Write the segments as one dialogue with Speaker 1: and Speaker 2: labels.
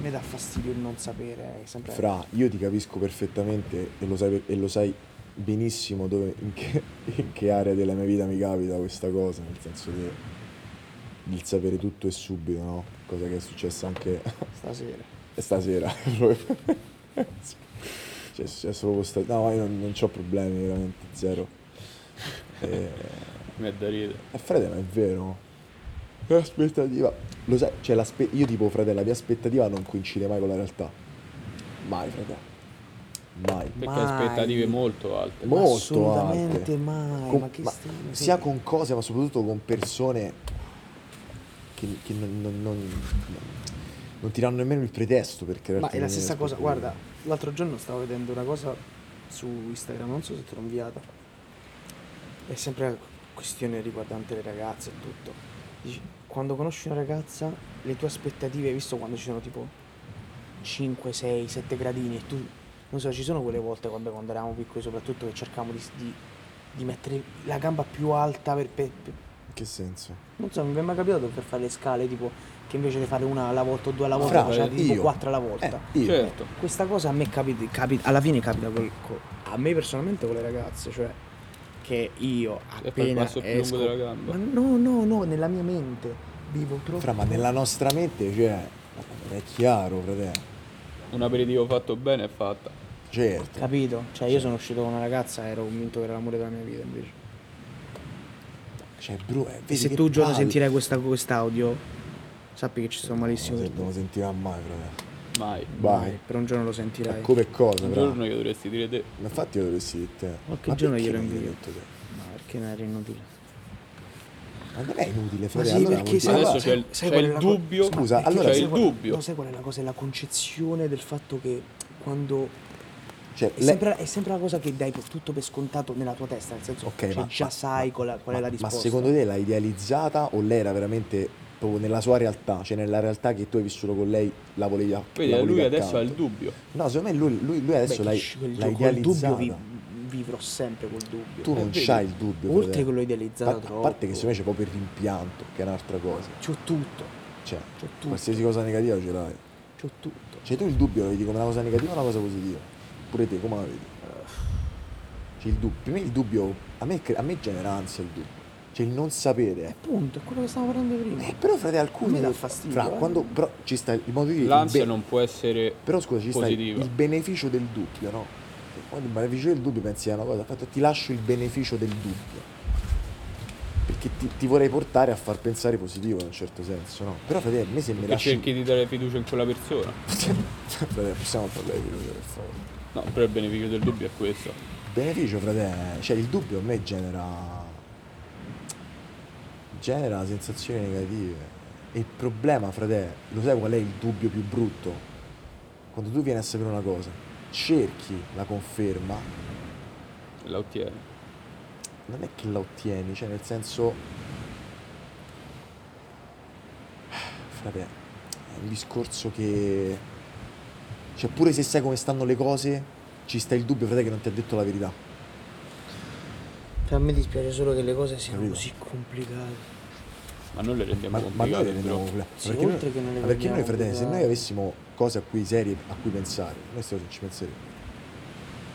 Speaker 1: me dà fastidio il non sapere. È sempre...
Speaker 2: Fra, io ti capisco perfettamente e lo sai, e lo sai benissimo dove, in, che, in che area della mia vita mi capita questa cosa, nel senso che il sapere tutto e subito, no? Cosa che è successa anche
Speaker 1: Stasera.
Speaker 2: stasera. cioè, è successo proprio sta- No, ma io non, non ho problemi, veramente zero. Eh, E...
Speaker 3: Mi è da ridere.
Speaker 2: Eh, Frate, ma è vero. L'aspettativa. Lo sai, cioè, l'aspe- io tipo, frate, la mia aspettativa non coincide mai con la realtà. Mai, frate. Mai.
Speaker 3: Perché
Speaker 1: Mai.
Speaker 3: aspettative molto alte.
Speaker 2: Mo- Molto
Speaker 1: Assolutamente
Speaker 2: alte.
Speaker 1: mai.
Speaker 2: Con-
Speaker 1: ma che
Speaker 2: ma
Speaker 1: stile,
Speaker 2: sia
Speaker 1: sì.
Speaker 2: con cose, ma soprattutto con persone che, che non, non, non, non ti danno nemmeno il pretesto per creare.
Speaker 1: Ma è la stessa cosa, guarda, l'altro giorno stavo vedendo una cosa su Instagram, non so se te l'ho inviata. È sempre una questione riguardante le ragazze e tutto. Dici, quando conosci una ragazza, le tue aspettative, hai visto quando ci sono tipo 5, 6, 7 gradini e tu non so, ci sono quelle volte vabbè, quando eravamo piccoli, soprattutto che cercavamo di, di- di mettere la gamba più alta per, per- per-
Speaker 2: In che senso?
Speaker 1: non so, non mi è mai capitato per fare le scale, tipo che invece di fare una alla volta o due alla volta,
Speaker 2: Fra, cioè,
Speaker 1: facevate tipo
Speaker 2: io.
Speaker 1: quattro alla volta.
Speaker 2: Eh, io.
Speaker 3: Certo.
Speaker 1: Questa cosa a me capita, capi- alla fine capita col- co- a me personalmente con le ragazze, cioè che io
Speaker 3: E poi il
Speaker 1: appena
Speaker 3: passo più lungo
Speaker 1: esco,
Speaker 3: della gamba.
Speaker 1: ma no, no, no, nella mia mente vivo troppo.
Speaker 2: Fra, ma nella nostra mente, cioè, è chiaro, frate.
Speaker 3: Un aperitivo fatto bene è fatta.
Speaker 2: Certo.
Speaker 1: Capito? Cioè io sono uscito con una ragazza ero convinto che era l'amore della mia vita invece.
Speaker 2: Cioè, bro, eh,
Speaker 1: E
Speaker 2: vedi
Speaker 1: se
Speaker 2: che
Speaker 1: tu un giorno
Speaker 2: palle.
Speaker 1: sentirai questa- quest'audio, sappi che ci sto malissimo.
Speaker 2: Non
Speaker 1: per
Speaker 2: lo non lo
Speaker 1: te.
Speaker 2: sentirà mai, frate.
Speaker 3: Mai.
Speaker 2: Vai.
Speaker 1: Per un giorno lo sentirai.
Speaker 2: Ma Cioè, come cosa,
Speaker 3: Un
Speaker 2: fra?
Speaker 3: giorno che dovresti dire te.
Speaker 2: Ma infatti io dovresti dire te.
Speaker 1: Qualche
Speaker 2: Ma
Speaker 1: giorno
Speaker 2: perché
Speaker 1: glielo
Speaker 2: non gli hai
Speaker 1: invio.
Speaker 2: detto te?
Speaker 1: Ma perché non era inutile?
Speaker 2: Ma non è inutile,
Speaker 1: Ma
Speaker 2: frate.
Speaker 1: sì,
Speaker 2: allora
Speaker 1: perché
Speaker 2: vuol
Speaker 1: sai-
Speaker 2: dire-
Speaker 3: Adesso
Speaker 1: sai-
Speaker 3: c'è il-
Speaker 1: sai
Speaker 3: c'è
Speaker 1: qual è
Speaker 3: il
Speaker 1: la co-
Speaker 3: dubbio.
Speaker 2: Scusa,
Speaker 1: perché
Speaker 2: allora-
Speaker 1: sai
Speaker 2: C'è il
Speaker 1: qual-
Speaker 3: dubbio.
Speaker 1: No, sai qual è la cosa? È la concezione del fatto che quando...
Speaker 2: Cioè,
Speaker 1: È
Speaker 2: le-
Speaker 1: sempre, è sempre una cosa che dai per tutto per scontato nella tua testa, nel senso
Speaker 2: Ok,
Speaker 1: che
Speaker 2: ma-
Speaker 1: già
Speaker 2: ma-
Speaker 1: sai qual, qual è
Speaker 2: ma-
Speaker 1: la risposta.
Speaker 2: Ma secondo te l'ha idealizzata o lei era veramente proprio nella sua realtà? Cioè nella realtà che tu hai vissuto con lei la volevi a-
Speaker 3: Vedi,
Speaker 2: la volevi
Speaker 3: lui adesso ha il
Speaker 2: accanto?
Speaker 3: dubbio.
Speaker 2: No, secondo me lui, lui- lui adesso
Speaker 1: Beh,
Speaker 2: l'ha,
Speaker 1: chi- quel
Speaker 2: l'ha
Speaker 1: gio- col
Speaker 2: idealizzata.
Speaker 1: dubbio vi- vivrò sempre col dubbio.
Speaker 2: Tu
Speaker 3: Eh,
Speaker 2: non
Speaker 3: vedi,
Speaker 2: c'hai il dubbio.
Speaker 1: Oltre
Speaker 2: frate.
Speaker 1: che l'ho idealizzato
Speaker 2: Pa-
Speaker 1: troppo.
Speaker 2: A parte che secondo me c'è proprio il rimpianto, che è un'altra cosa.
Speaker 1: C'ho tutto,
Speaker 2: Cioè,
Speaker 1: c'ho tutto,
Speaker 2: qualsiasi cosa negativa ce l'hai.
Speaker 1: c'ho tutto.
Speaker 2: Cioè tu il dubbio lo vedi come una cosa negativa o una cosa positiva? Pure te come la vedi? Cioè il dubbio, per me il dubbio, a me, cre- a me genera ansia il dubbio, cioè il non sapere.
Speaker 1: Punto, è quello che stavo parlando prima.
Speaker 2: Eh, però frate alcuni...
Speaker 1: A me dà fastidio,
Speaker 2: Fra,
Speaker 1: eh.
Speaker 2: quando, però ci sta il modo di dire... il
Speaker 3: L'ansia
Speaker 2: be-
Speaker 3: non può essere
Speaker 2: Però scusa, ci sta il,
Speaker 3: positiva.
Speaker 2: il beneficio del dubbio, no? Che Quando il beneficio del dubbio pensi a una cosa, fatto ti lascio il beneficio del dubbio. Perché ti, ti vorrei portare a far pensare positivo in un certo senso, no? Però frate, a me se mi
Speaker 3: Che
Speaker 2: lasci...
Speaker 3: cerchi di dare fiducia in quella persona.
Speaker 2: frate, possiamo parlare di quello per favore.
Speaker 3: No, però il beneficio del dubbio è questo.
Speaker 2: Beneficio, frate, cioè il dubbio a me genera. genera sensazioni negative. E il problema, frate, lo sai qual è il dubbio più brutto? Quando tu vieni a sapere una cosa, cerchi la conferma,
Speaker 3: La ottiene.
Speaker 2: non è che la ottieni, cioè nel senso. Frate, è un discorso che. cioè pure se sai come stanno le cose, ci sta il dubbio, frate, che non ti ha detto la verità.
Speaker 1: Cioè, a me dispiace solo che le cose siano
Speaker 2: Capito?
Speaker 1: così complicate.
Speaker 3: Ma noi le rendiamo
Speaker 2: Ma, ma noi
Speaker 3: complicate,
Speaker 2: le rendiamo
Speaker 3: però.
Speaker 2: compl-
Speaker 1: Sì,
Speaker 2: perché noi-
Speaker 1: oltre che non le
Speaker 2: ma perché noi,
Speaker 1: rendiamo
Speaker 2: fratelli, se noi
Speaker 1: complicate.
Speaker 2: avessimo cose a cui serie a cui pensare, noi stiamo ci penseremmo.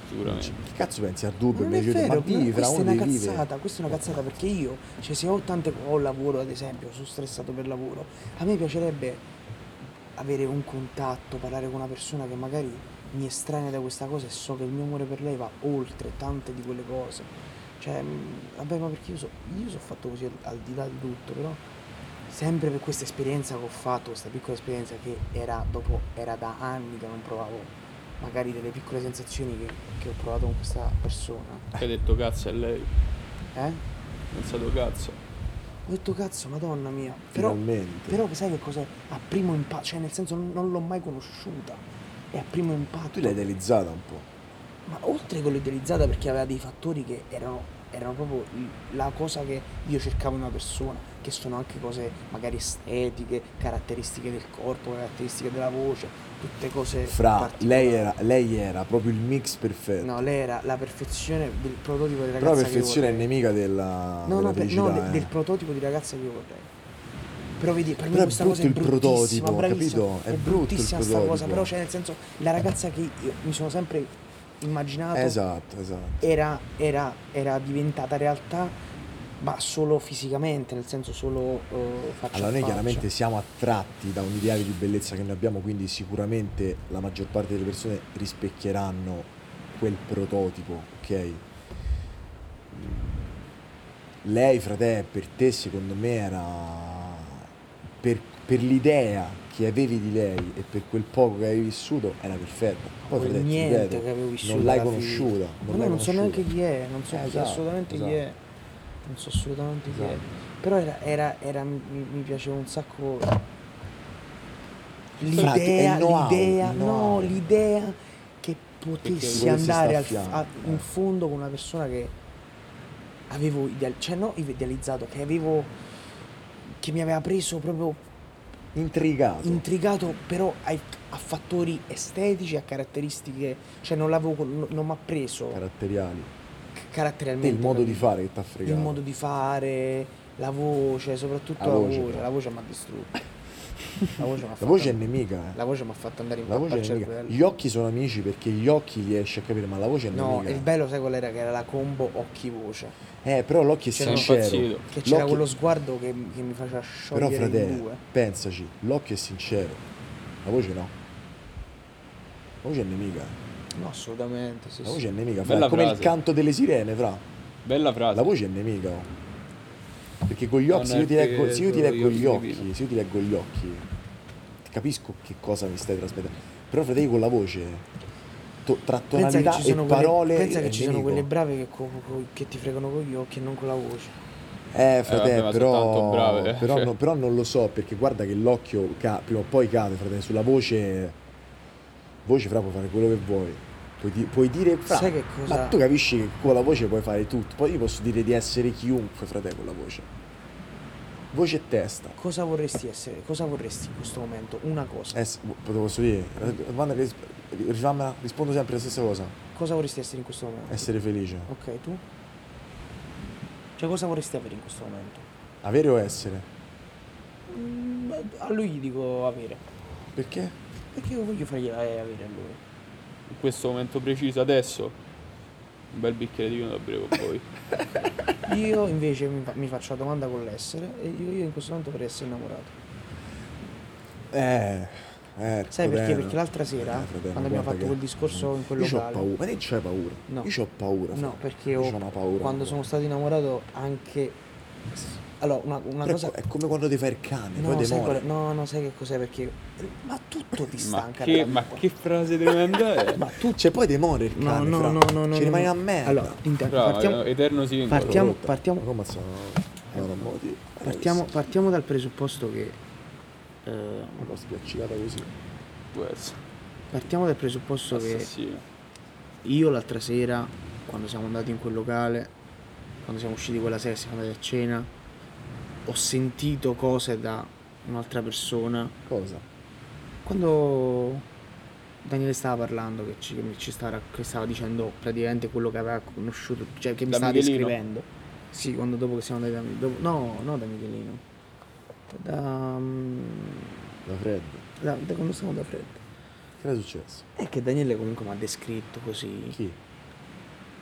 Speaker 3: Sicuramente.
Speaker 2: Che cazzo pensi al dubbio?
Speaker 1: Ma Eh. non è
Speaker 2: invece di-
Speaker 1: vero,
Speaker 2: ma vivi,
Speaker 1: questa
Speaker 2: fra
Speaker 1: è
Speaker 2: uno
Speaker 1: una
Speaker 2: devi vivere.
Speaker 1: cazzata, questa è una cazzata perché io, cioè se ho tante ho lavoro ad esempio, sono stressato per lavoro, a me piacerebbe avere un contatto, parlare con una persona che magari mi estranea da questa cosa e so che il mio amore per lei va oltre tante di quelle cose. Cioè, mh, vabbè, ma perché io so- io sono fatto così al, al di là di tutto, però sempre per questa esperienza che ho fatto, questa piccola esperienza che era dopo era da anni che non provavo magari delle piccole sensazioni che, che ho provato con questa persona.
Speaker 3: Che hai detto cazzo a lei.
Speaker 1: Eh?
Speaker 3: Ho pensato cazzo.
Speaker 1: Ho detto cazzo, madonna mia. Però,
Speaker 2: Finalmente.
Speaker 1: però sai che cos'è? A primo impatto, cioè nel senso non, non l'ho mai conosciuta. È a primo impatto.
Speaker 2: Tu l'hai idealizzata un po'.
Speaker 1: Ma oltre che l'ho idealizzata perché aveva dei fattori che erano, erano proprio il- la cosa che io cercavo in una persona, che sono anche cose magari estetiche, caratteristiche del corpo, caratteristiche della voce, tutte cose...
Speaker 2: Fra,
Speaker 1: particolari.
Speaker 2: lei era, lei era proprio il mix perfetto.
Speaker 1: No, lei era la perfezione del prototipo di ragazza
Speaker 2: Però la
Speaker 1: che
Speaker 2: perfezione è
Speaker 1: vorrei.
Speaker 2: nemica
Speaker 1: No,
Speaker 2: della, della
Speaker 1: no, per-
Speaker 2: felicità.
Speaker 1: no, de-
Speaker 2: eh.
Speaker 1: del prototipo di ragazza che io vorrei. Però vedi, per me
Speaker 2: Però è
Speaker 1: questa cosa è
Speaker 2: brutto il
Speaker 1: bruttissima,
Speaker 2: prototipo,
Speaker 1: bravissima,
Speaker 2: capito?
Speaker 1: È
Speaker 2: È brutto il
Speaker 1: bruttissima sta
Speaker 2: prototipo.
Speaker 1: cosa, però c'è nel senso, la ragazza che io mi sono sempre immaginato
Speaker 2: Esatto, esatto.
Speaker 1: era, era- era diventata realtà, ma solo fisicamente, nel senso solo eh, faccia
Speaker 2: Allora
Speaker 1: a
Speaker 2: noi
Speaker 1: faccia.
Speaker 2: chiaramente siamo attratti da un ideale di bellezza che noi abbiamo, quindi sicuramente la maggior parte delle persone rispecchieranno quel prototipo, ok? Lei, frate, per te secondo me era... Per, per l'idea che avevi di lei e per quel poco che avevi vissuto era perfetta. Poi,
Speaker 1: Quel
Speaker 2: frate, ti
Speaker 1: niente
Speaker 2: ripeto,
Speaker 1: che avevo vissuto
Speaker 2: Non l'hai
Speaker 1: alla fine.
Speaker 2: conosciuta.
Speaker 1: Ma
Speaker 2: Non
Speaker 1: no,
Speaker 2: l'hai
Speaker 1: non so
Speaker 2: conosciuta.
Speaker 1: neanche chi è, non so
Speaker 2: Eh,
Speaker 1: chi-
Speaker 2: esatto,
Speaker 1: assolutamente chi è,
Speaker 2: esatto.
Speaker 1: non so assolutamente chi è.
Speaker 2: Esatto.
Speaker 1: Però era, era- era- mi, mi piaceva un sacco
Speaker 2: Fra- è
Speaker 1: l'idea,
Speaker 2: il know-how,
Speaker 1: l'idea,
Speaker 2: il
Speaker 1: no,
Speaker 2: know-how.
Speaker 1: l'idea che
Speaker 3: Perché
Speaker 1: potessi
Speaker 2: volessi
Speaker 1: andare
Speaker 2: stare a
Speaker 1: al-
Speaker 2: fianco,
Speaker 1: a- in
Speaker 2: eh.
Speaker 1: fondo con una persona che avevo ideal- cioè no, idealizzato, che avevo, che mi aveva preso proprio
Speaker 2: Intrigato.
Speaker 1: intrigato però ai- a fattori estetici, a caratteristiche, cioè non l'avevo, non, mi ha preso
Speaker 2: caratteriali.
Speaker 1: c-
Speaker 2: Te
Speaker 1: caratterialmente.
Speaker 2: il modo di
Speaker 1: capito?
Speaker 2: fare che ti ha fregato.
Speaker 1: Il modo di fare, la voce, soprattutto la,
Speaker 2: La voce,
Speaker 1: voce,
Speaker 2: però.
Speaker 1: la voce mi ha distrutto. La voce mi ha
Speaker 2: La
Speaker 1: fatto,
Speaker 2: voce è nemica, eh.
Speaker 1: la voce mi ha fatto andare in
Speaker 2: La
Speaker 1: pappa
Speaker 2: voce
Speaker 1: al
Speaker 2: è nemica.
Speaker 1: cervello.
Speaker 2: Gli occhi sono amici perché gli occhi riesci a capire, ma la voce è
Speaker 1: No,
Speaker 2: nemica.
Speaker 1: il bello sai qual era? Che era la combo occhi-voce.
Speaker 2: Eh, però l'occhio è
Speaker 1: C'era
Speaker 3: un
Speaker 2: sincero.
Speaker 3: impazzito.
Speaker 1: Cioè, Che c'era
Speaker 2: L'occhio-
Speaker 1: quello sguardo che, che mi faceva
Speaker 2: Però
Speaker 1: sciogliere in
Speaker 2: fratello,
Speaker 1: due.
Speaker 2: pensaci, l'occhio è sincero. La voce no. La voce è nemica.
Speaker 1: No, assolutamente, sì,
Speaker 2: La
Speaker 1: sì.
Speaker 2: voce è nemica, fra.
Speaker 3: Bella
Speaker 2: È come il
Speaker 3: frase.
Speaker 2: canto delle sirene, fra.
Speaker 3: Bella frase.
Speaker 2: La voce è nemica. oh. Perché con gli occhi, se io,
Speaker 3: è
Speaker 2: ti
Speaker 3: che
Speaker 2: leggo, se io ti
Speaker 3: sono
Speaker 2: leggo
Speaker 3: gli
Speaker 2: gli
Speaker 3: occhi di
Speaker 2: occhi,
Speaker 3: Pino.
Speaker 2: se io ti leggo gli occhi, capisco che cosa mi stai trasmettendo. Però fratello con la voce, to- tra
Speaker 1: Pensa che
Speaker 2: tonalità
Speaker 1: ci sono,
Speaker 2: e
Speaker 1: quelle,
Speaker 2: parole,
Speaker 1: pensa
Speaker 2: è
Speaker 1: che ci sono
Speaker 2: nemico.
Speaker 1: quelle brave che, co- co- che ti fregano con gli occhi e non con la voce.
Speaker 2: Eh,
Speaker 3: vabbè,
Speaker 2: fratello,
Speaker 3: ma
Speaker 2: però,
Speaker 3: soltanto brave, eh,
Speaker 2: però,
Speaker 3: cioè.
Speaker 2: no- però non lo so, perché guarda che l'occhio ca- prima o poi cade, fratello, sulla voce... Voce, fra, puoi fare quello che vuoi. Puoi, di- puoi dire... Fra,
Speaker 1: Sai che cosa-
Speaker 2: Ma tu capisci che con la voce puoi fare tutto. Poi io posso dire di essere chiunque, fratello, con la voce. Voce e testa.
Speaker 1: Cosa vorresti essere? Cosa vorresti in questo momento? Una cosa.
Speaker 2: Eh, s- te lo posso dire? La domanda che ris- rifammela, rispondo sempre la stessa cosa.
Speaker 1: Cosa vorresti essere in questo momento?
Speaker 2: Essere felice.
Speaker 1: Ok, tu? Cioè, cosa vorresti avere in questo momento?
Speaker 2: Avere o essere?
Speaker 1: Mm, beh, a lui gli dico avere.
Speaker 2: Perché?
Speaker 1: Perché io voglio fargli eh, avere a lui.
Speaker 3: In questo momento preciso, adesso, un bel bicchiere di vino da bere con voi.
Speaker 1: Io invece mi, fa- mi faccio la domanda con l'essere e dico io in questo momento vorrei essere innamorato.
Speaker 2: Eh. eh,
Speaker 1: Sai perché?
Speaker 2: fratello.
Speaker 1: Perché l'altra sera,
Speaker 2: Eh, fratello,
Speaker 1: quando abbiamo
Speaker 2: guarda
Speaker 1: fatto
Speaker 2: che-
Speaker 1: quel discorso in quel
Speaker 2: Io c'ho
Speaker 1: locale,
Speaker 2: paura. Ma te c'hai paura?
Speaker 1: No.
Speaker 2: Io c'ho paura.
Speaker 1: No,
Speaker 2: fratello.
Speaker 1: perché
Speaker 2: Io
Speaker 1: io
Speaker 2: c'ho una paura.
Speaker 1: quando sono stato innamorato anche... Allora, una, una
Speaker 2: Però
Speaker 1: cosa...
Speaker 2: È come quando ti fai il cane,
Speaker 1: No,
Speaker 2: poi ti
Speaker 1: sai
Speaker 2: muore.
Speaker 1: qual è- no, no, sai che cos'è? Perché... Ma tutto ti
Speaker 3: ma,
Speaker 1: stanca.
Speaker 3: che,
Speaker 1: raga.
Speaker 3: ma che frase tremenda è?
Speaker 2: Ma tu c'è poi ti muore il
Speaker 1: No,
Speaker 2: cane.
Speaker 1: no,
Speaker 2: fra.
Speaker 1: no, no, no.
Speaker 2: Ci
Speaker 1: no,
Speaker 2: rimani
Speaker 1: no.
Speaker 2: a merda.
Speaker 1: Allora, intanto
Speaker 3: Brava,
Speaker 1: partiamo,
Speaker 3: eh, eterno singolo.
Speaker 1: partiamo-
Speaker 2: Rotta.
Speaker 1: partiamo-
Speaker 2: Ma come cazzo? No, no, no, ti-
Speaker 1: partiamo, partiamo dal presupposto che... eh,
Speaker 2: Ma l'ho spiaccicata così.
Speaker 3: Può essere.
Speaker 1: partiamo dal presupposto che
Speaker 3: Assassino.
Speaker 1: io l'altra sera, quando siamo andati in quel locale, quando siamo usciti quella sera, siamo andati a cena, ho sentito cose da un'altra persona
Speaker 2: Cosa?
Speaker 1: Quando Daniele stava parlando, che ci, che ci stava, che stava dicendo praticamente quello che aveva conosciuto, cioè che mi
Speaker 3: Da
Speaker 1: stava
Speaker 3: Michelino?
Speaker 1: descrivendo. Sì, quando dopo che siamo andati da Mi- dopo- No, no da Michelino. Da, mm,
Speaker 2: Da freddo.
Speaker 1: da- da quando siamo da Fred.
Speaker 2: Che era successo?
Speaker 1: È che Daniele comunque mi ha descritto così.
Speaker 2: Chi?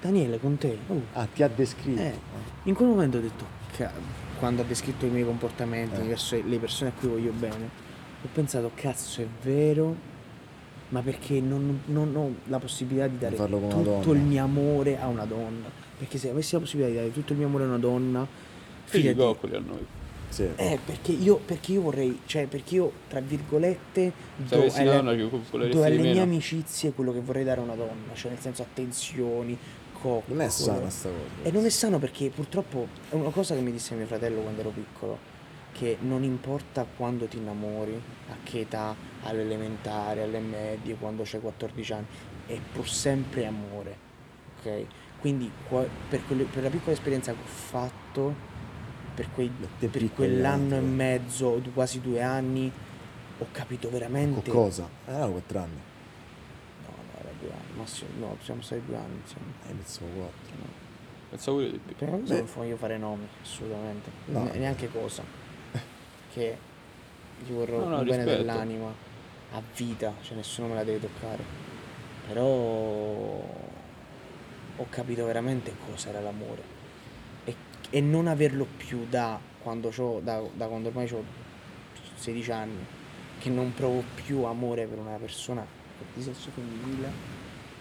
Speaker 1: Daniele con te. oh.
Speaker 2: Ah, ti ha descritto.
Speaker 1: Eh, in quel momento ho detto, "Ca- quando ha descritto i miei comportamenti
Speaker 2: Eh.
Speaker 1: verso le persone a cui voglio bene, ho pensato, cazzo è vero, ma perché non, non ho la possibilità di dare
Speaker 2: farlo con una
Speaker 1: tutto
Speaker 2: donna."
Speaker 1: il mio amore a una donna? Perché se avessi la possibilità di dare tutto il mio amore a una donna,
Speaker 3: Figli
Speaker 1: fidati,
Speaker 3: coccoli a noi.
Speaker 2: Sì.
Speaker 1: eh, perché io, perché io vorrei, cioè perché io, tra virgolette,
Speaker 3: Se
Speaker 1: do
Speaker 3: avessi
Speaker 1: alle-
Speaker 3: una donna che coccoleresti
Speaker 1: do alle
Speaker 3: di
Speaker 1: mie
Speaker 3: meno.
Speaker 1: amicizie quello che vorrei dare a una donna, cioè nel senso attenzioni, coccole.
Speaker 2: Non è sana sta cosa.
Speaker 1: E non è sano perché purtroppo è una cosa che mi disse mio fratello quando ero piccolo, che non importa quando ti innamori, a che età, all'elementare, alle medie, quando c'hai 14 anni, è pur sempre amore, ok? Quindi qua- per, quelle- per la piccola esperienza che ho fatto, per, quei-
Speaker 2: Beh, te
Speaker 1: per
Speaker 2: piccolo
Speaker 1: quell'anno e
Speaker 2: veramente.
Speaker 1: mezzo, o du- quasi due anni, ho capito
Speaker 2: Con
Speaker 1: veramente...
Speaker 2: cosa? Eh, erano quattro anni.
Speaker 1: No, no, era due anni, massimo, no, siamo stati due anni, insomma.
Speaker 2: Eh, ne sono quattro.
Speaker 1: no.
Speaker 3: Pensavo pure di più.
Speaker 1: Prima cosa
Speaker 2: Beh.
Speaker 1: non voglio fare nomi, assolutamente.
Speaker 2: No.
Speaker 1: Ne- Neanche cosa. Che gli vorrò
Speaker 3: No, no,
Speaker 1: un bene
Speaker 3: rispetto.
Speaker 1: dell'anima a vita, cioè nessuno me la deve toccare. Però ho capito veramente cos'era l'amore. E, e non averlo più da quando, c'ho- da, da quando ormai ho 16 anni, che non provo più amore per una persona di sesso femminile,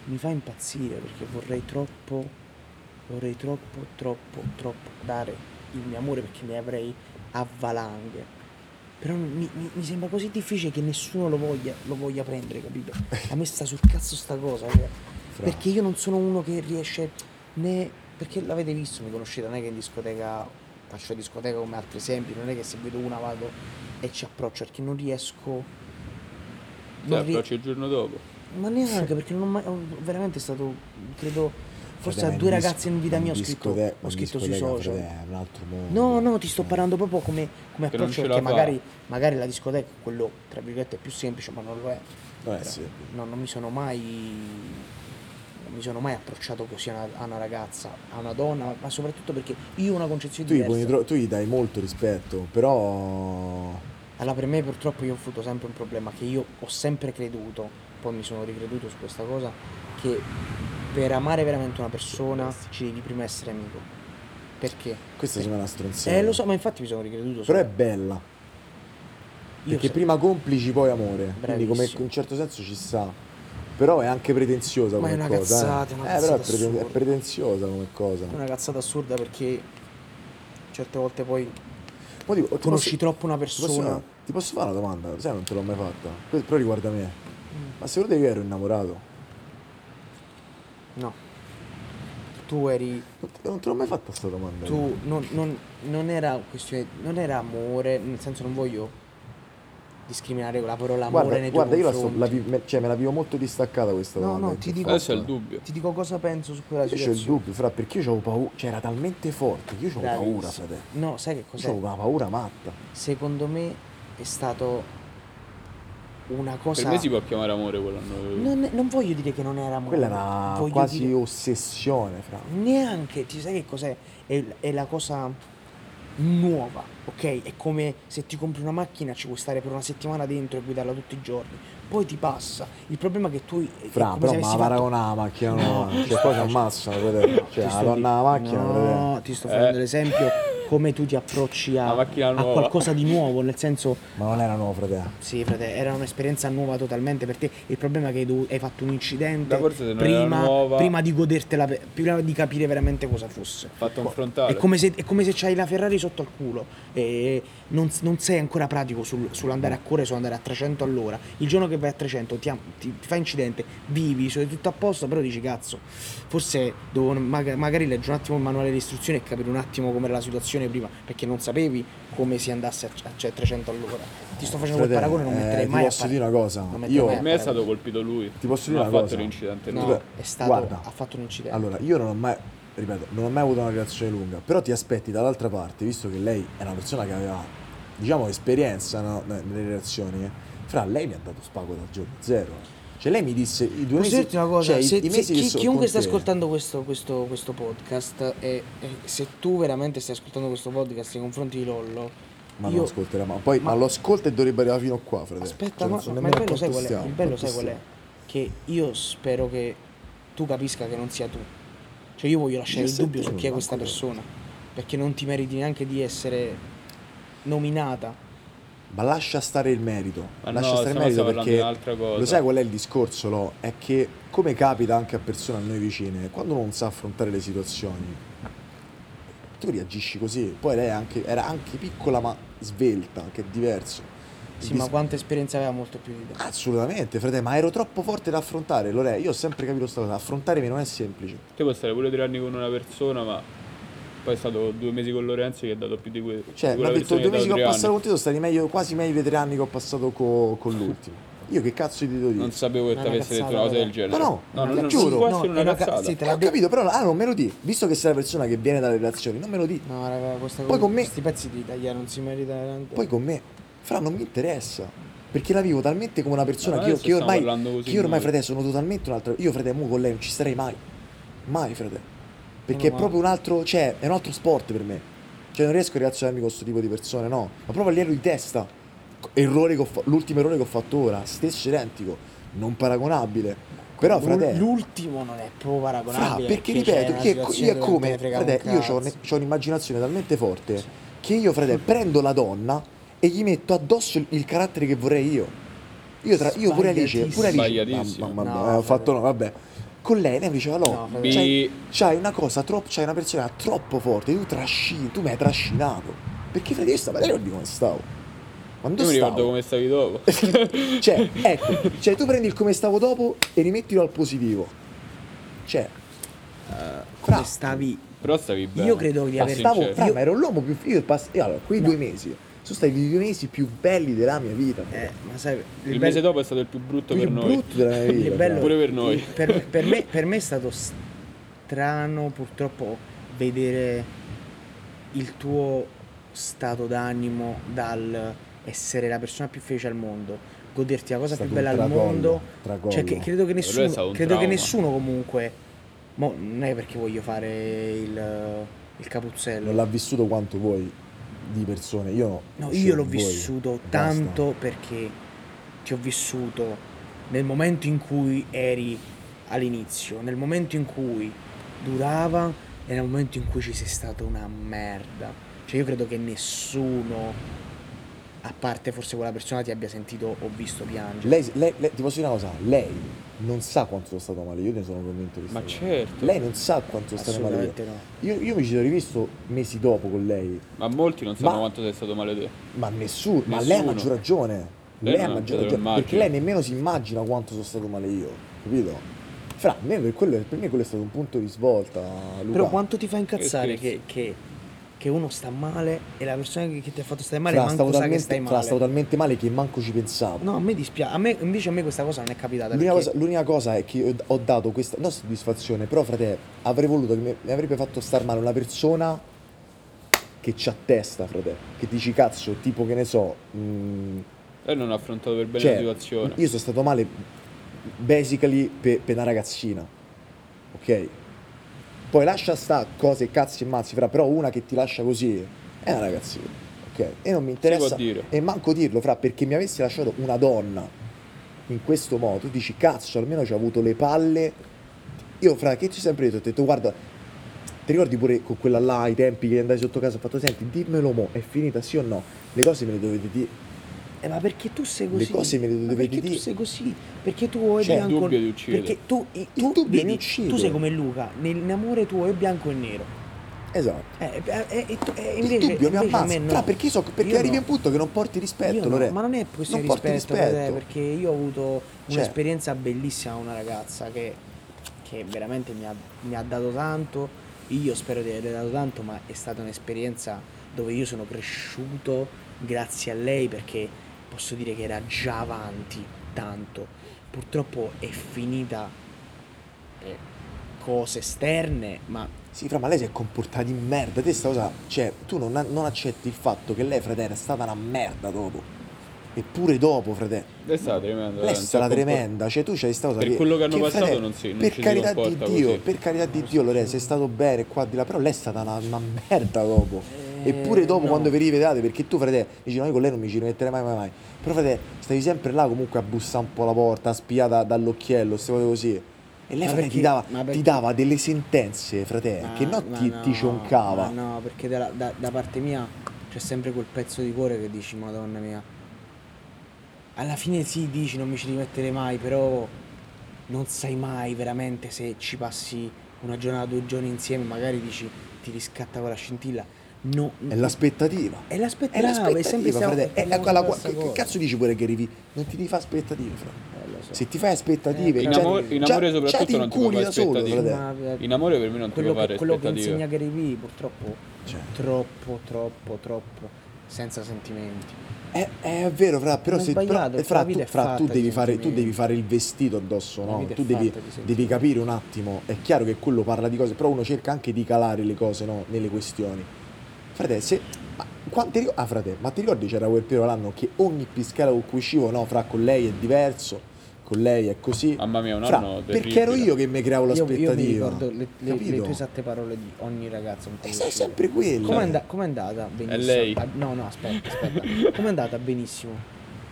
Speaker 1: mi fa impazzire perché vorrei troppo, vorrei troppo, troppo, troppo dare il mio amore perché ne avrei a valanghe. Però mi, mi- mi sembra così difficile che nessuno lo voglia, lo voglia prendere, capito? A me sta sul cazzo sta cosa, cioè.
Speaker 2: Fra.
Speaker 1: Perché io non sono uno che riesce né. Perché l'avete visto, mi conoscete, non è che in discoteca faccio discoteca come altri esempi, non è che se vedo una vado e ci approccio, perché non riesco.
Speaker 3: Ti
Speaker 1: non rie-
Speaker 3: approcci il giorno dopo.
Speaker 1: ma neanche perché non ho mai. Ho veramente stato. Credo. Forse a
Speaker 2: Frate, ma
Speaker 1: due
Speaker 2: in dis-
Speaker 1: ragazze in vita
Speaker 2: ma
Speaker 1: mia ho scritto,
Speaker 2: discote- ma
Speaker 1: ho
Speaker 2: in
Speaker 1: scritto sui
Speaker 2: discoteca,
Speaker 1: social.
Speaker 2: frate, è un altro mondo.
Speaker 1: No, no, ti sto
Speaker 2: Eh.
Speaker 1: parlando proprio come, come
Speaker 3: Che non
Speaker 1: approccio
Speaker 3: ce la
Speaker 1: perché
Speaker 3: fa.
Speaker 1: magari, magari la discoteca è quello, tra virgolette, più semplice, ma non lo è.
Speaker 2: No, eh,
Speaker 1: Però,
Speaker 2: sì.
Speaker 1: no, non mi sono mai. Non mi sono mai approcciato così a una, a una ragazza, a una donna, ma, ma soprattutto perché io ho una concezione
Speaker 2: Tu gli,
Speaker 1: diversa.
Speaker 2: poni tro- tu gli dai molto rispetto, però...
Speaker 1: Allora, per me purtroppo io ho avuto sempre un problema che io ho sempre creduto, poi mi sono ricreduto su questa cosa, che per amare veramente una persona ci devi prima essere amico. Perché?
Speaker 2: Questa sembra una stronzata.
Speaker 1: Eh, lo so, ma infatti mi sono ricreduto su
Speaker 2: Però è bella. Perché prima complici poi amore. Quindi come
Speaker 1: Bravissimo.
Speaker 2: in un certo senso ci sta. Però è anche pretenziosa
Speaker 1: Ma è
Speaker 2: come
Speaker 1: una
Speaker 2: cosa.
Speaker 1: cazzata,
Speaker 2: eh.
Speaker 1: una
Speaker 2: Eh, però è,
Speaker 1: cazzata
Speaker 2: preten- è
Speaker 1: assurda.
Speaker 2: pretenziosa come cosa.
Speaker 1: È una cazzata assurda perché certe volte poi
Speaker 2: Poi dico, ti posso-
Speaker 1: conosci troppo una
Speaker 2: ti posso,
Speaker 1: persona.
Speaker 2: ti posso fare una domanda? Sai, non te l'ho mai fatta. Que- Però riguarda me.
Speaker 1: Mm.
Speaker 2: Ma secondo te io ero innamorato?
Speaker 1: No. Tu eri.
Speaker 2: Non te, non te l'ho mai fatta questa domanda.
Speaker 1: Tu non, non- non era questione. Non era amore, nel senso non voglio discriminare con la parola amore
Speaker 2: Guarda,
Speaker 1: nei tuoi
Speaker 2: guarda io la sto-
Speaker 1: confronti.
Speaker 2: la vi- me- cioè, me la vivo molto distaccata questa
Speaker 1: No,
Speaker 2: domanda.
Speaker 1: no,
Speaker 2: che
Speaker 1: ti
Speaker 2: ho
Speaker 1: dico-
Speaker 2: fatto.
Speaker 3: Adesso è il dubbio.
Speaker 1: Ti dico cosa penso su quella
Speaker 2: Io c'ho il
Speaker 1: situazione.
Speaker 2: dubbio, fra, perché io c'ho paura. Cioè, era talmente forte che io c'ho paura,
Speaker 1: Bravissimo.
Speaker 2: fratello.
Speaker 1: No, sai che
Speaker 2: Io
Speaker 1: cos'è?
Speaker 2: c'ho una paura matta.
Speaker 1: Secondo me è stato una cosa.
Speaker 3: Per me si può chiamare amore quell'anno.
Speaker 1: non, non voglio dire che non era amore.
Speaker 2: Quella era
Speaker 1: voglio
Speaker 2: quasi
Speaker 1: dire- Eh,
Speaker 2: ossessione, fra.
Speaker 1: Neanche, ti sai che cos'è? È, è la cosa nuova, ok? È come se ti compri una macchina, ci puoi stare per una settimana dentro e guidarla tutti i giorni, poi ti passa. Il problema è che tu. è- è
Speaker 2: Fra,
Speaker 1: come
Speaker 2: però
Speaker 1: se avessi
Speaker 2: ma la
Speaker 1: fatto-
Speaker 2: paragona alla macchina nuova, cioè poi ci ammazzano, fratello. Cioè,
Speaker 1: Ti
Speaker 2: la
Speaker 1: sto
Speaker 2: donna alla
Speaker 1: di-
Speaker 2: macchina,
Speaker 1: No,
Speaker 2: fratello.
Speaker 1: ti sto
Speaker 3: Eh.
Speaker 1: facendo l'esempio come tu ti approcci a,
Speaker 3: La macchina
Speaker 1: a
Speaker 3: nuova.
Speaker 1: qualcosa di nuovo, nel senso.
Speaker 2: Ma non era nuovo, fratello.
Speaker 1: Sì, frate, era un'esperienza nuova totalmente per te. Il problema è che hai, dovu- hai fatto un incidente
Speaker 3: Da forse se non era
Speaker 1: prima,
Speaker 3: nuova-
Speaker 1: prima di godertela, pe- prima di capire veramente cosa fosse.
Speaker 3: Fatto un
Speaker 1: È
Speaker 3: frontale.
Speaker 1: come, se, è come se c'hai la Ferrari sotto al culo e non, non sei ancora pratico sul- sull'andare a correre, sull'andare a 300 all'ora. Il giorno che vai a 300 ti, am- ti- ti fa incidente, vivi, so- è tutto a posto, però dici cazzo, forse devo mag- magari leggere un attimo il manuale di istruzione e capire un attimo com'era la situazione prima, perché non sapevi come si andasse a, a- cioè, 300 all'ora. Ti sto facendo quel
Speaker 2: Fratello,
Speaker 1: paragone, non
Speaker 2: eh,
Speaker 1: metterei
Speaker 2: ti
Speaker 1: mai a
Speaker 2: posso
Speaker 1: par-
Speaker 2: dire una cosa?
Speaker 1: non metterei
Speaker 2: Io-
Speaker 1: mai a
Speaker 3: Per me è
Speaker 1: paragone.
Speaker 3: stato colpito lui.
Speaker 2: Ti posso
Speaker 3: non
Speaker 2: dire
Speaker 3: ha
Speaker 2: una
Speaker 3: fatto
Speaker 2: cosa?
Speaker 3: l'incidente.
Speaker 1: No,
Speaker 3: lui.
Speaker 1: è stato,
Speaker 2: Guarda.
Speaker 1: ha fatto un incidente.
Speaker 2: Allora, io non ho mai, ripeto, non ho mai avuto una relazione lunga, però ti aspetti dall'altra parte, visto che lei è una persona che aveva, diciamo, esperienza no, ne- nelle relazioni, eh, fra lei mi ha dato spago dal giorno zero. Cioè lei mi disse i
Speaker 1: Posso
Speaker 2: due mesi...
Speaker 1: dirti una cosa?
Speaker 2: cioè, i-
Speaker 1: Se-
Speaker 2: i
Speaker 1: se
Speaker 2: mesi che
Speaker 1: chi-
Speaker 2: sono
Speaker 1: chiunque
Speaker 2: con
Speaker 1: sta
Speaker 2: te-
Speaker 1: ascoltando questo, questo- questo podcast e, e se tu veramente stai ascoltando questo podcast nei confronti di Lollo,
Speaker 2: Ma
Speaker 1: io...
Speaker 2: non ascolterà, ma poi
Speaker 1: ma-
Speaker 2: ma... lo ascolta e dovrebbe arrivare fino a qua, fratello.
Speaker 1: Aspetta,
Speaker 2: Cioè, non
Speaker 1: ma,
Speaker 2: so
Speaker 1: ma il
Speaker 2: nemmeno
Speaker 1: bello sai
Speaker 2: quanto
Speaker 1: qual è?
Speaker 2: stiamo,
Speaker 1: Il bello
Speaker 2: quanto
Speaker 1: sai qual è?
Speaker 2: stiamo.
Speaker 1: Che io spero che tu capisca che non sia tu. Cioè io voglio lasciare
Speaker 2: Io
Speaker 1: il dubbio su
Speaker 2: sentivo
Speaker 1: chi è questa
Speaker 2: ancora.
Speaker 1: persona, perché non ti meriti neanche di essere nominata.
Speaker 2: Ma lascia stare il merito.
Speaker 3: Ma
Speaker 2: lascia stare
Speaker 3: no,
Speaker 2: il
Speaker 3: sennò
Speaker 2: merito
Speaker 3: stiamo parlando
Speaker 2: perché
Speaker 3: di un'altra cosa.
Speaker 2: lo sai qual è il discorso, Lo? È che come capita anche a persone a noi vicine, quando non sa affrontare le situazioni, tu reagisci così. Poi lei è anche- era anche piccola ma svelta, che è diverso. Il
Speaker 1: Sì,
Speaker 2: dis-
Speaker 1: ma quanta esperienza aveva molto più di te.
Speaker 2: Assolutamente, frate, ma ero troppo forte da affrontare. Lore, io ho sempre capito questa cosa, affrontarmi non è semplice.
Speaker 3: Te puoi stare pure tre anni con una persona, ma poi è stato due mesi con Lorenzo che ha dato più di quello.
Speaker 2: Cioè, mi ha detto due mesi che ho passato con te sono stati meglio, quasi meglio dei tre anni che ho passato co- con l'ultimo. Io che cazzo ti devo dire?
Speaker 3: Non sapevo che
Speaker 1: Ma
Speaker 3: ti
Speaker 1: è una
Speaker 3: avesse detto una
Speaker 1: cazzata,
Speaker 3: cosa del
Speaker 1: vabbè.
Speaker 3: genere.
Speaker 2: Ma no,
Speaker 3: no,
Speaker 2: ma
Speaker 3: non,
Speaker 2: giuro.
Speaker 3: non può
Speaker 1: No,
Speaker 3: essere
Speaker 1: è
Speaker 3: una
Speaker 1: una ca-
Speaker 3: cazzata.
Speaker 1: sì, te
Speaker 2: Eh,
Speaker 1: l'ha
Speaker 2: ho
Speaker 1: detto.
Speaker 2: capito, però ah, non me lo di. Visto che sei la persona che viene dalle relazioni, non me lo di.
Speaker 1: No, raga, questa
Speaker 2: Poi
Speaker 1: cosa,
Speaker 2: con me-
Speaker 1: questi pezzi di tagliare non si merita neanche.
Speaker 2: Poi con me, fra non mi interessa. Perché la vivo talmente come una persona
Speaker 3: Ma
Speaker 2: che io,
Speaker 3: adesso
Speaker 2: che io
Speaker 3: stiamo
Speaker 2: ormai.
Speaker 3: parlando così
Speaker 2: Che io ormai,
Speaker 3: noi.
Speaker 2: frate, sono totalmente un'altra. Io, frate, mu con lei non ci starei mai. Mai, frate. Perché
Speaker 1: Meno
Speaker 2: è
Speaker 1: male.
Speaker 2: proprio un altro. Cioè, è un altro sport per me. Cioè, non riesco a relazionarmi con questo tipo di persone, no. Ma proprio a livello di testa. errore che ho fa- l'ultimo errore che ho fatto ora, stesso identico, non paragonabile. Però, fratello,
Speaker 1: L'ultimo non è proprio
Speaker 2: Fra,
Speaker 1: paragonabile.
Speaker 2: perché
Speaker 1: c'è
Speaker 2: ripeto,
Speaker 1: una
Speaker 2: che è co-
Speaker 1: situazione
Speaker 2: io è
Speaker 1: dove non
Speaker 2: come,
Speaker 1: te ne frega
Speaker 2: frate,
Speaker 1: un
Speaker 2: io ho
Speaker 1: cazzo.
Speaker 2: un'immaginazione talmente forte che io, frate, prendo la donna e gli metto addosso il, il carattere che vorrei io. Io, tra, io pure Alice, pure Alice,
Speaker 3: Sbagliatissimo.
Speaker 2: mamma, mamma
Speaker 1: No,
Speaker 2: mia, eh, ho
Speaker 1: frate.
Speaker 2: fatto no, vabbè. Con lei, lei mi diceva no,
Speaker 1: No, frate.
Speaker 2: c'hai,
Speaker 3: Bi-
Speaker 2: c'hai una cosa troppo, c'hai una persona troppo forte, tu trascini, tu mi hai trascinato. Perché frate, io stavo, io non dico come stavo. Quando
Speaker 3: Io mi ricordo
Speaker 2: stavo?
Speaker 3: come stavi dopo.
Speaker 2: Cioè, ecco, cioè tu prendi il come stavo dopo e rimettilo al positivo. Cioè,
Speaker 1: Eh, Come
Speaker 2: fra-
Speaker 1: stavi?
Speaker 3: Però stavi bene.
Speaker 1: Io credo di
Speaker 3: Ah,
Speaker 1: aver-
Speaker 2: stavo,
Speaker 3: sincero.
Speaker 2: fra, ma ero l'uomo più io pass- io, allora, quei due mesi sono stati i due mesi più belli della mia vita.
Speaker 1: Eh, ma sai, il,
Speaker 3: Il
Speaker 1: bello-
Speaker 3: mese dopo è stato il più brutto
Speaker 2: più
Speaker 3: per noi.
Speaker 2: brutti della mia vita.
Speaker 1: il bello-
Speaker 2: fra.
Speaker 3: Pure per noi.
Speaker 1: Per, per me, per me è stato strano purtroppo vedere il tuo stato d'animo dal essere la persona più felice al mondo, goderti la cosa
Speaker 2: È stato
Speaker 1: più bella
Speaker 2: un
Speaker 1: al
Speaker 2: tracollo,
Speaker 1: mondo.
Speaker 2: tracollo.
Speaker 1: Cioè, che- credo che
Speaker 3: Per lui è stato
Speaker 1: nessuno,
Speaker 3: un
Speaker 1: credo che
Speaker 3: trauma.
Speaker 1: nessuno comunque. Mo, non è perché voglio fare il, eh, il capuzzello.
Speaker 2: Non l'ha vissuto quanto voi di persone. Io no.
Speaker 1: No,
Speaker 2: Cioè,
Speaker 1: io l'ho
Speaker 2: voi.
Speaker 1: vissuto
Speaker 2: Basta.
Speaker 1: tanto perché ti ho vissuto nel momento in cui eri all'inizio, nel momento in cui durava e nel momento in cui ci sei stato una merda. Cioè io credo che nessuno, a parte forse quella persona, ti abbia sentito o visto piangere.
Speaker 2: Lei, lei- lei- ti posso dire una cosa, lei non sa quanto sono stato male, io ne sono convinto di
Speaker 3: Ma
Speaker 2: sta cosa.
Speaker 3: certo.
Speaker 2: Lei non sa quanto sono stato male. io.
Speaker 1: Assolutamente no.
Speaker 2: Io, io mi ci sono rivisto mesi dopo con lei,
Speaker 3: Ma molti non sanno
Speaker 2: Ma-
Speaker 3: quanto sei stato male te.
Speaker 2: ma nessuno, ma lei ha
Speaker 3: Nessuno.
Speaker 2: maggior ragione.
Speaker 3: Lei
Speaker 2: Lei ha
Speaker 3: non-
Speaker 2: maggior
Speaker 3: lo
Speaker 2: ragione. Perché
Speaker 3: immagino.
Speaker 2: lei nemmeno si immagina quanto sono stato male io, capito? Fra, me per, quello, per me quello è stato un punto di svolta, Luca.
Speaker 1: Però quanto ti fa
Speaker 3: Eh,
Speaker 1: incazzare che,
Speaker 3: scherzi.
Speaker 1: che- che uno sta male e la persona che, che ti ha fatto stare male
Speaker 2: Fra,
Speaker 1: manco
Speaker 2: stavo,
Speaker 1: sa
Speaker 2: talmente,
Speaker 1: che stai
Speaker 2: fra,
Speaker 1: male.
Speaker 2: stavo talmente male che manco ci pensavo.
Speaker 1: No, a me dispiace. A me, invece a me questa cosa non è capitata.
Speaker 2: L'unica,
Speaker 1: perché-
Speaker 2: cosa, l'unica cosa è che io ho dato questa, non soddisfazione, però frate, avrei voluto che mi, mi avrebbe fatto star male una persona che c'ha testa, frate, che dici cazzo, tipo che ne so, mm,
Speaker 3: Lei non ha affrontato per bene
Speaker 2: Cioè,
Speaker 3: la situazione.
Speaker 2: Io sono stato male basically per una ragazzina. Ok? Poi lascia sta cose cazzi e mazzi, fra, però una che ti lascia così è una ragazzina. Ok? E non mi interessa.
Speaker 3: può dire.
Speaker 2: E manco dirlo, fra, perché mi avessi lasciato una donna in questo modo, tu dici cazzo, almeno ci ho avuto le palle. Io fra che ci ho sempre detto, ho detto guarda, ti ricordi pure con quella là, i tempi che andai sotto casa, ho fatto senti, dimmelo mo, è finita sì o no? Le cose me le dovete dire.
Speaker 1: Eh, ma perché tu sei
Speaker 2: Le
Speaker 1: così?
Speaker 2: cose me le
Speaker 1: Ma
Speaker 2: dovete
Speaker 1: perché
Speaker 2: dire.
Speaker 1: tu sei così? Perché tu o è
Speaker 2: Cioè, il
Speaker 1: bianco
Speaker 3: dubbio ti uccide.
Speaker 1: Perché tu, i-
Speaker 2: Il
Speaker 1: tu
Speaker 2: dubbio ti
Speaker 1: vieni-
Speaker 2: uccide.
Speaker 1: tu sei come Luca, nel- in amore tuo è bianco e nero.
Speaker 2: Esatto.
Speaker 1: Eh, eh, eh, eh, tu- eh,
Speaker 2: Il
Speaker 1: invece,
Speaker 2: dubbio
Speaker 1: invece
Speaker 2: mi
Speaker 1: a
Speaker 2: ammazza.
Speaker 1: me no.
Speaker 2: Fra, perché, so- perché
Speaker 1: Io
Speaker 2: arrivi a
Speaker 1: no.
Speaker 2: un punto che non porti rispetto,
Speaker 1: Io no,
Speaker 2: Lore.
Speaker 1: ma non è questione di
Speaker 2: Non porti
Speaker 1: rispetto, Lore,
Speaker 2: rispetto.
Speaker 1: perché io ho avuto
Speaker 2: Cioè.
Speaker 1: un'esperienza bellissima con una ragazza che, che veramente mi ha, mi ha dato tanto, io spero di averle dato tanto, ma è stata un'esperienza dove io sono cresciuto grazie a lei perché posso dire che era già avanti tanto. Purtroppo è finita eh, cose esterne, ma
Speaker 2: Sì, fra, ma lei si è comportata di merda. Te sta cosa. Cioè, tu non, non accetti il fatto che lei, fratello, è stata una merda dopo. Eppure dopo, fratello.
Speaker 3: È stata tremenda.
Speaker 2: Lei è
Speaker 3: veramente.
Speaker 2: stata
Speaker 3: Ha compor-
Speaker 2: tremenda, cioè tu c'hai sta cosa
Speaker 3: Eh, Per
Speaker 2: che,
Speaker 3: quello che hanno
Speaker 2: che,
Speaker 3: passato
Speaker 2: frate,
Speaker 3: non si- non
Speaker 2: per
Speaker 3: ci si
Speaker 2: carità di
Speaker 3: comporta
Speaker 2: Dio,
Speaker 3: così.
Speaker 2: per carità di Dio Lore, sei stato bene qua di là, però lei è stata una, una merda dopo.
Speaker 1: Eh,
Speaker 2: Eppure dopo
Speaker 1: no.
Speaker 2: quando vi rivedete, perché tu frate, dici no, io con lei non mi ci rimetterei mai mai mai. Però frate, stavi sempre là comunque a bussare un po' la porta, a spiata dall'occhiello, queste cose così. E lei
Speaker 1: Ma
Speaker 2: frate,
Speaker 1: perché-
Speaker 2: ti, dava,
Speaker 1: ma perché-
Speaker 2: ti dava delle sentenze, frate, che no
Speaker 1: Eh, ma
Speaker 2: ti,
Speaker 1: no,
Speaker 2: ti
Speaker 1: ma
Speaker 2: cioncava.
Speaker 1: No, perché da, da- da parte mia c'è sempre quel pezzo di cuore che dici, madonna mia. Alla fine sì, dici non mi ci rimettere mai, però non sai mai veramente se ci passi una giornata, due giorni insieme, magari dici ti riscatta quella scintilla. No,
Speaker 2: È l'aspettativa.
Speaker 1: è l'aspettativa,
Speaker 2: È l'aspettativa,
Speaker 1: è sempre stiamo
Speaker 2: frate. È la-
Speaker 1: parlando
Speaker 2: quella-
Speaker 1: della stessa
Speaker 2: che, che
Speaker 1: cosa.
Speaker 2: cazzo dici pure che arrivi? Non ti devi fare aspettative, frate.
Speaker 1: Eh, lo so.
Speaker 2: Se ti fai aspettative,
Speaker 1: Eh,
Speaker 2: già-
Speaker 3: In, amore- in amore
Speaker 2: già- già
Speaker 3: soprattutto
Speaker 2: ti
Speaker 3: non ti puoi
Speaker 2: inculi
Speaker 3: fare
Speaker 2: da solo,
Speaker 3: aspettative.
Speaker 2: frate.
Speaker 1: frate.
Speaker 3: In amore per me non ti
Speaker 1: quello
Speaker 3: puoi
Speaker 1: che,
Speaker 3: fare
Speaker 1: quello che
Speaker 3: aspettative.
Speaker 1: insegna Gary Vee purtroppo
Speaker 2: Cioè.
Speaker 1: troppo troppo troppo senza sentimenti
Speaker 2: È, è vero, fra, però
Speaker 1: Non è
Speaker 2: se però- eh,
Speaker 1: sbagliato,
Speaker 2: fra,
Speaker 1: la
Speaker 2: tu,
Speaker 1: vita è
Speaker 2: fra, tu
Speaker 1: fatta
Speaker 2: devi
Speaker 1: di
Speaker 2: fare, tu
Speaker 1: sentimenti.
Speaker 2: devi fare il vestito addosso,
Speaker 1: La
Speaker 2: no?
Speaker 1: vita è
Speaker 2: Tu devi,
Speaker 1: fatta di sentimenti.
Speaker 2: devi capire un attimo. È chiaro che quello parla di cose, però uno cerca anche di calare le cose, no? Nelle questioni. Frate, se. ma quante ri- ah, frate, ma ti ricordi c'era quel periodo l'anno che ogni piscata con cui uscivo, no? Fra con lei è diverso, con lei è così.
Speaker 3: Mamma mia, un
Speaker 2: Fra,
Speaker 3: anno
Speaker 2: perché ero
Speaker 3: terribile.
Speaker 2: io che mi creavo
Speaker 1: io,
Speaker 2: l'aspettativa.
Speaker 1: io mi ricordo le, le- le
Speaker 2: capito?
Speaker 1: tue esatte parole di ogni ragazzo con cui
Speaker 2: E sei
Speaker 1: uscivo.
Speaker 2: sempre quello.
Speaker 1: com'è, and- com'è andata benissimo
Speaker 3: lei.
Speaker 1: Ah, no no aspetta aspetta com'è andata benissimo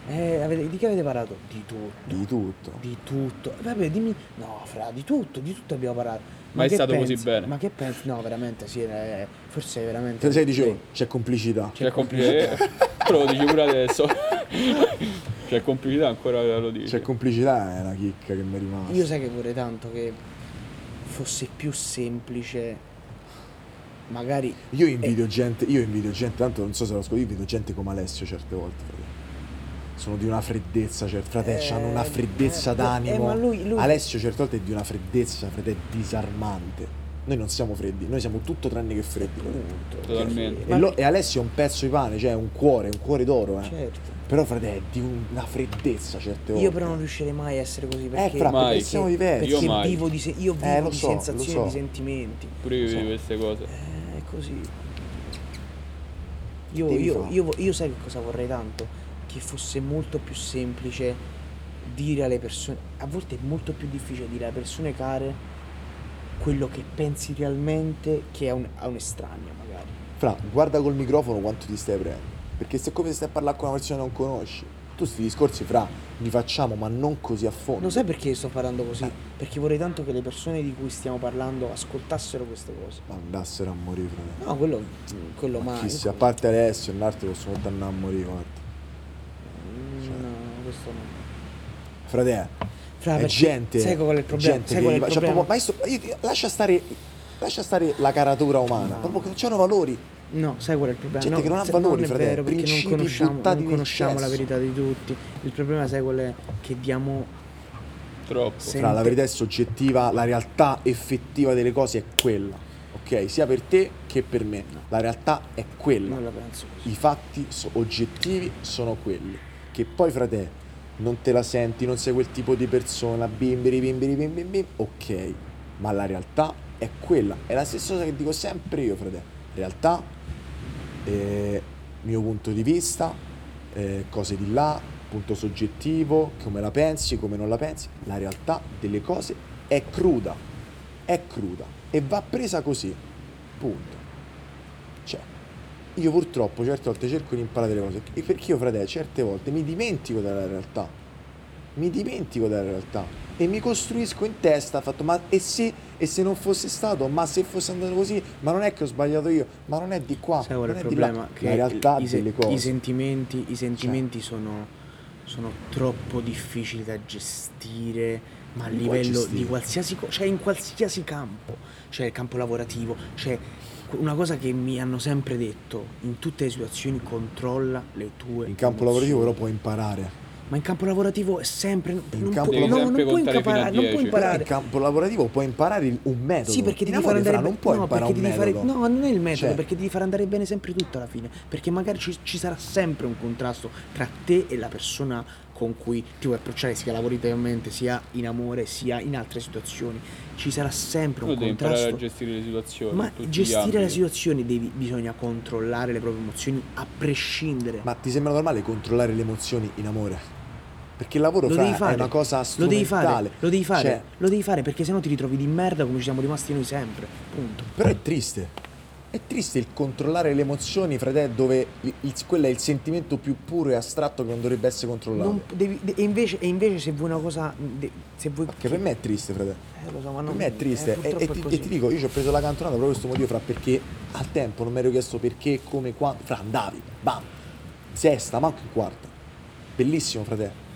Speaker 1: Eh, avete- di che avete parlato? Di tutto.
Speaker 2: Di tutto.
Speaker 1: Di tutto. Vabbè, dimmi. No, fra, di tutto, di tutto abbiamo parlato.
Speaker 3: Ma è
Speaker 1: che
Speaker 3: stato così
Speaker 1: pensi-
Speaker 3: bene.
Speaker 1: Ma che pensi? No, veramente, sì, eh, forse veramente.
Speaker 2: Te sei
Speaker 1: Sì.
Speaker 2: Cioè, dicevo, c'è complicità.
Speaker 3: C'è complicità. Cioè, Però lo dici pure adesso. C'è complicità ancora lo dici.
Speaker 2: C'è complicità è una chicca che mi è rimasta.
Speaker 1: Eh, Io sai che vorrei tanto che fosse più semplice. Magari.
Speaker 2: Io
Speaker 1: Eh.
Speaker 2: invidio gente, io invidio gente, tanto non so se lo ascolti, io invidio gente come Alessio certe volte. frate. Sono di una freddezza, cioè, frate,
Speaker 1: Eh,
Speaker 2: hanno una freddezza
Speaker 1: eh,
Speaker 2: d'animo.
Speaker 1: eh, ma lui- lui-
Speaker 2: Alessio certe volte è di una freddezza, frate, è disarmante. Noi non siamo freddi, noi siamo tutto tranne che freddi.
Speaker 1: Punto.
Speaker 3: Totalmente.
Speaker 1: Ma-
Speaker 2: E, lo- e Alessio è un pezzo di pane, cioè è un cuore, un cuore d'oro, eh.
Speaker 1: Certo.
Speaker 2: Però, frate, è di una freddezza certe volte.
Speaker 1: Io però non riuscirei mai a essere così perché,
Speaker 2: Eh, fra,
Speaker 3: perché
Speaker 1: perché-
Speaker 2: siamo diversi. Eh,
Speaker 1: perché
Speaker 3: Io mai.
Speaker 1: vivo di, se- io vivo
Speaker 2: lo
Speaker 1: di
Speaker 2: so, lo
Speaker 1: sensazioni,
Speaker 2: so.
Speaker 1: di sentimenti.
Speaker 3: Pure io di queste cose.
Speaker 1: Eh, È così. Io,
Speaker 2: Devi
Speaker 1: io-
Speaker 2: fare.
Speaker 1: io vo- io sai che cosa vorrei tanto? Che fosse molto più semplice dire alle persone. A volte è molto più difficile dire alle persone care quello che pensi realmente che a un, a un estraneo, magari.
Speaker 2: Fra, guarda col microfono quanto ti stai prendendo. Perché se è come se stai a parlare con una persona che non conosci. Tu sti discorsi, fra, li facciamo, ma non così a fondo.
Speaker 1: Lo sai perché sto parlando così?
Speaker 2: Eh.
Speaker 1: Perché vorrei tanto che le persone di cui stiamo parlando ascoltassero queste cose.
Speaker 2: Ma andassero a morire, fratello.
Speaker 1: No, quello, quello
Speaker 2: Ma
Speaker 1: mai.
Speaker 2: chi se- a parte Alessio e Narto possono andare a morire, guarda.
Speaker 1: Mm,
Speaker 2: Cioè.
Speaker 1: No, questo no.
Speaker 2: Frate,
Speaker 1: Fra,
Speaker 2: è
Speaker 1: perché
Speaker 2: gente.
Speaker 1: Sai qual è il problema?
Speaker 2: gente
Speaker 1: sai
Speaker 2: che
Speaker 1: qual è il
Speaker 2: gli va- cioè,
Speaker 1: problema?
Speaker 2: proprio- ma io sto- io ti- lascia stare. Lascia stare la caratura umana,
Speaker 1: No.
Speaker 2: proprio che non c'hanno valori.
Speaker 1: No, sai qual è il problema?
Speaker 2: Gente
Speaker 1: no,
Speaker 2: che non ha
Speaker 1: se-
Speaker 2: valori,
Speaker 1: è
Speaker 2: fratello,
Speaker 1: vero, perché non
Speaker 2: principi
Speaker 1: conosciamo,
Speaker 2: buttati
Speaker 1: non
Speaker 2: nel
Speaker 1: conosciamo la
Speaker 2: cesso.
Speaker 1: verità di tutti. Il problema, sai qual è? Che diamo.
Speaker 3: Troppo.
Speaker 1: Sì.
Speaker 2: Fra, la
Speaker 1: Gente-
Speaker 2: verità è soggettiva, la realtà effettiva delle cose è quella. Ok? Sia per te che per me. La realtà è quella.
Speaker 1: Non la penso così.
Speaker 2: I fatti so- oggettivi sono quelli. Che poi, frate, non te la senti, non sei quel tipo di persona, bim bim bim bim bim bim bim, ok. Ma la realtà è quella. È la stessa cosa che dico sempre io, frate. Realtà, eh, mio punto di vista, eh, cose di là, punto soggettivo, come la pensi, come non la pensi. La realtà delle cose è cruda. È cruda. E va presa così. Punto. Cioè, io purtroppo certe volte cerco di imparare delle cose. e Perché io, fratello, certe volte mi dimentico della realtà. Mi dimentico della realtà. E mi costruisco in testa, fatto, ma e se, e se non fosse stato? Ma se fosse andato così? Ma non è che ho sbagliato io? Ma non è di qua?
Speaker 1: Sai qual è
Speaker 2: non
Speaker 1: il
Speaker 2: è di là.
Speaker 1: problema? Che
Speaker 2: Ah, La realtà
Speaker 1: i, se-
Speaker 2: delle cose. Cioè.
Speaker 1: i sentimenti, i sentimenti sono, sono troppo difficili da gestire, ma a
Speaker 2: Di qua
Speaker 1: livello di
Speaker 2: gestire.
Speaker 1: qualsiasi cosa, cioè in qualsiasi campo, cioè il campo lavorativo, cioè una cosa che mi hanno sempre detto, in tutte le situazioni controlla le tue
Speaker 2: In campo
Speaker 1: emozioni.
Speaker 2: lavorativo però puoi imparare.
Speaker 1: Ma in campo lavorativo è sempre non
Speaker 2: In
Speaker 1: puoi-
Speaker 2: campo
Speaker 1: no,
Speaker 2: lavorativo-
Speaker 1: non
Speaker 3: Devi
Speaker 1: puoi
Speaker 3: sempre contare fino a
Speaker 1: imparare, non puoi
Speaker 2: Però
Speaker 3: 10.
Speaker 2: in
Speaker 1: imparare.
Speaker 2: campo lavorativo puoi imparare il- un metodo.
Speaker 1: Sì, perché
Speaker 2: In
Speaker 1: devi far
Speaker 2: amore,
Speaker 1: andare
Speaker 2: fra,
Speaker 1: bene.
Speaker 2: non puoi
Speaker 1: no,
Speaker 2: imparare
Speaker 1: perché
Speaker 2: un
Speaker 1: devi fare.
Speaker 2: metodo.
Speaker 1: No, non è il metodo,
Speaker 2: Cioè-
Speaker 1: perché devi far andare bene sempre tutto alla fine. Perché magari ci, ci sarà sempre un contrasto tra te e la persona con cui ti vuoi approcciare, sia lavorativamente, sia in amore, sia in altre situazioni. Ci sarà sempre
Speaker 3: Tu
Speaker 1: un
Speaker 3: devi imparare a
Speaker 1: contrasto.
Speaker 3: gestire le situazioni.
Speaker 1: Ma
Speaker 3: in tutti gli
Speaker 1: gestire la
Speaker 3: ambiti.
Speaker 1: situazione devi, bisogna controllare le proprie emozioni a prescindere.
Speaker 2: Ma ti sembra normale controllare le emozioni in amore? Perché il lavoro
Speaker 1: lo
Speaker 2: fra,
Speaker 1: devi fare,
Speaker 2: è una cosa
Speaker 1: lo devi
Speaker 2: strumentale.
Speaker 1: fare, lo devi fare,
Speaker 2: Cioè,
Speaker 1: lo devi fare perché sennò ti ritrovi di merda come ci siamo rimasti noi sempre. Punto.
Speaker 2: però è triste. È triste il controllare le emozioni, fratello, dove il- il- quello è il sentimento più puro e astratto che non dovrebbe essere controllato.
Speaker 1: Non devi- de- e, invece, e invece se vuoi una cosa de- se vuoi
Speaker 2: Che per me è triste, fratello.
Speaker 1: Eh, lo so, ma
Speaker 2: Per
Speaker 1: non-
Speaker 2: me è
Speaker 1: eh,
Speaker 2: triste. E-
Speaker 1: purtroppo
Speaker 2: e,
Speaker 1: è
Speaker 2: ti,
Speaker 1: così.
Speaker 2: e ti dico, io ci ho preso la cantonata proprio per questo motivo, fra perché al tempo non mi ero chiesto perché, come, quando. Fra andavi, bam! Sesta, ma anche quarta. Bellissimo, fratello.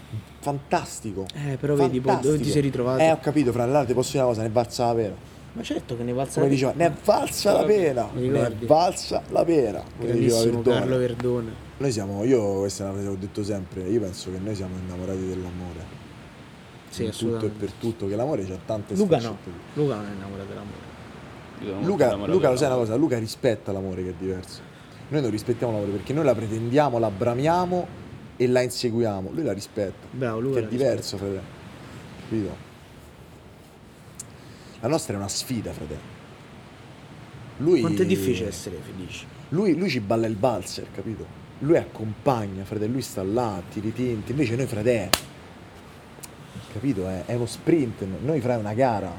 Speaker 2: Fantastico.
Speaker 1: Eh, però vedi, poi, dove ti sei ritrovato?
Speaker 2: Eh, ho capito, fra l'altro ti posso dire una cosa, ne è valsa la pena.
Speaker 1: ma certo che ne valsa
Speaker 2: Come
Speaker 1: la
Speaker 2: diceva,
Speaker 1: pena.
Speaker 2: ne è valsa la pena.
Speaker 1: Mi
Speaker 2: Ne è
Speaker 1: ricordi?
Speaker 2: valsa la pena. Come diceva
Speaker 1: grandissimo
Speaker 2: Verdone.
Speaker 1: Carlo Verdone
Speaker 2: Noi siamo, io questa è una frase che ho detto sempre, io penso che noi siamo innamorati dell'amore.
Speaker 1: sì
Speaker 2: in tutto e
Speaker 1: assolutamente
Speaker 2: per tutto, che l'amore c'ha tante
Speaker 1: Luca no
Speaker 2: sfaccette.
Speaker 1: Luca non è innamorato dell'amore
Speaker 3: Io sono molto
Speaker 2: Luca,
Speaker 3: innamorato
Speaker 2: Luca lo
Speaker 3: della
Speaker 2: sai una
Speaker 3: musica.
Speaker 2: cosa, Luca rispetta l'amore che è diverso. Noi non rispettiamo l'amore perché noi la pretendiamo, la bramiamo e la inseguiamo. Lui la rispetta.
Speaker 1: Bravo, lui
Speaker 2: che è
Speaker 1: la
Speaker 2: diverso, fratello. Capito? La nostra è una sfida, fratello. Lui,
Speaker 1: quanto è difficile essere felici
Speaker 2: Lui, lui ci balla il valzer, capito? Lui accompagna, fratello, lui sta là, ti ritinti. Invece noi, fratello, capito? eh, È, è uno sprint, noi fra è una gara.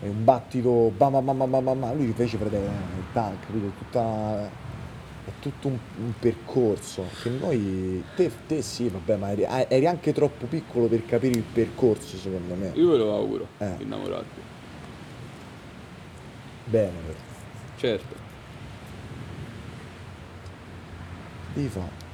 Speaker 2: È eh, un battito, bam bam bam bam bam bam. Lui invece, fratello, è un tank, capito? Tutta è tutto un, un percorso che noi, te, te sì, vabbè, ma eri, ah, eri anche troppo piccolo per capire il percorso, secondo me.
Speaker 3: Io ve lo auguro,
Speaker 2: Eh.
Speaker 3: innamorati.
Speaker 2: Bene, però.
Speaker 3: Certo.
Speaker 2: Difa.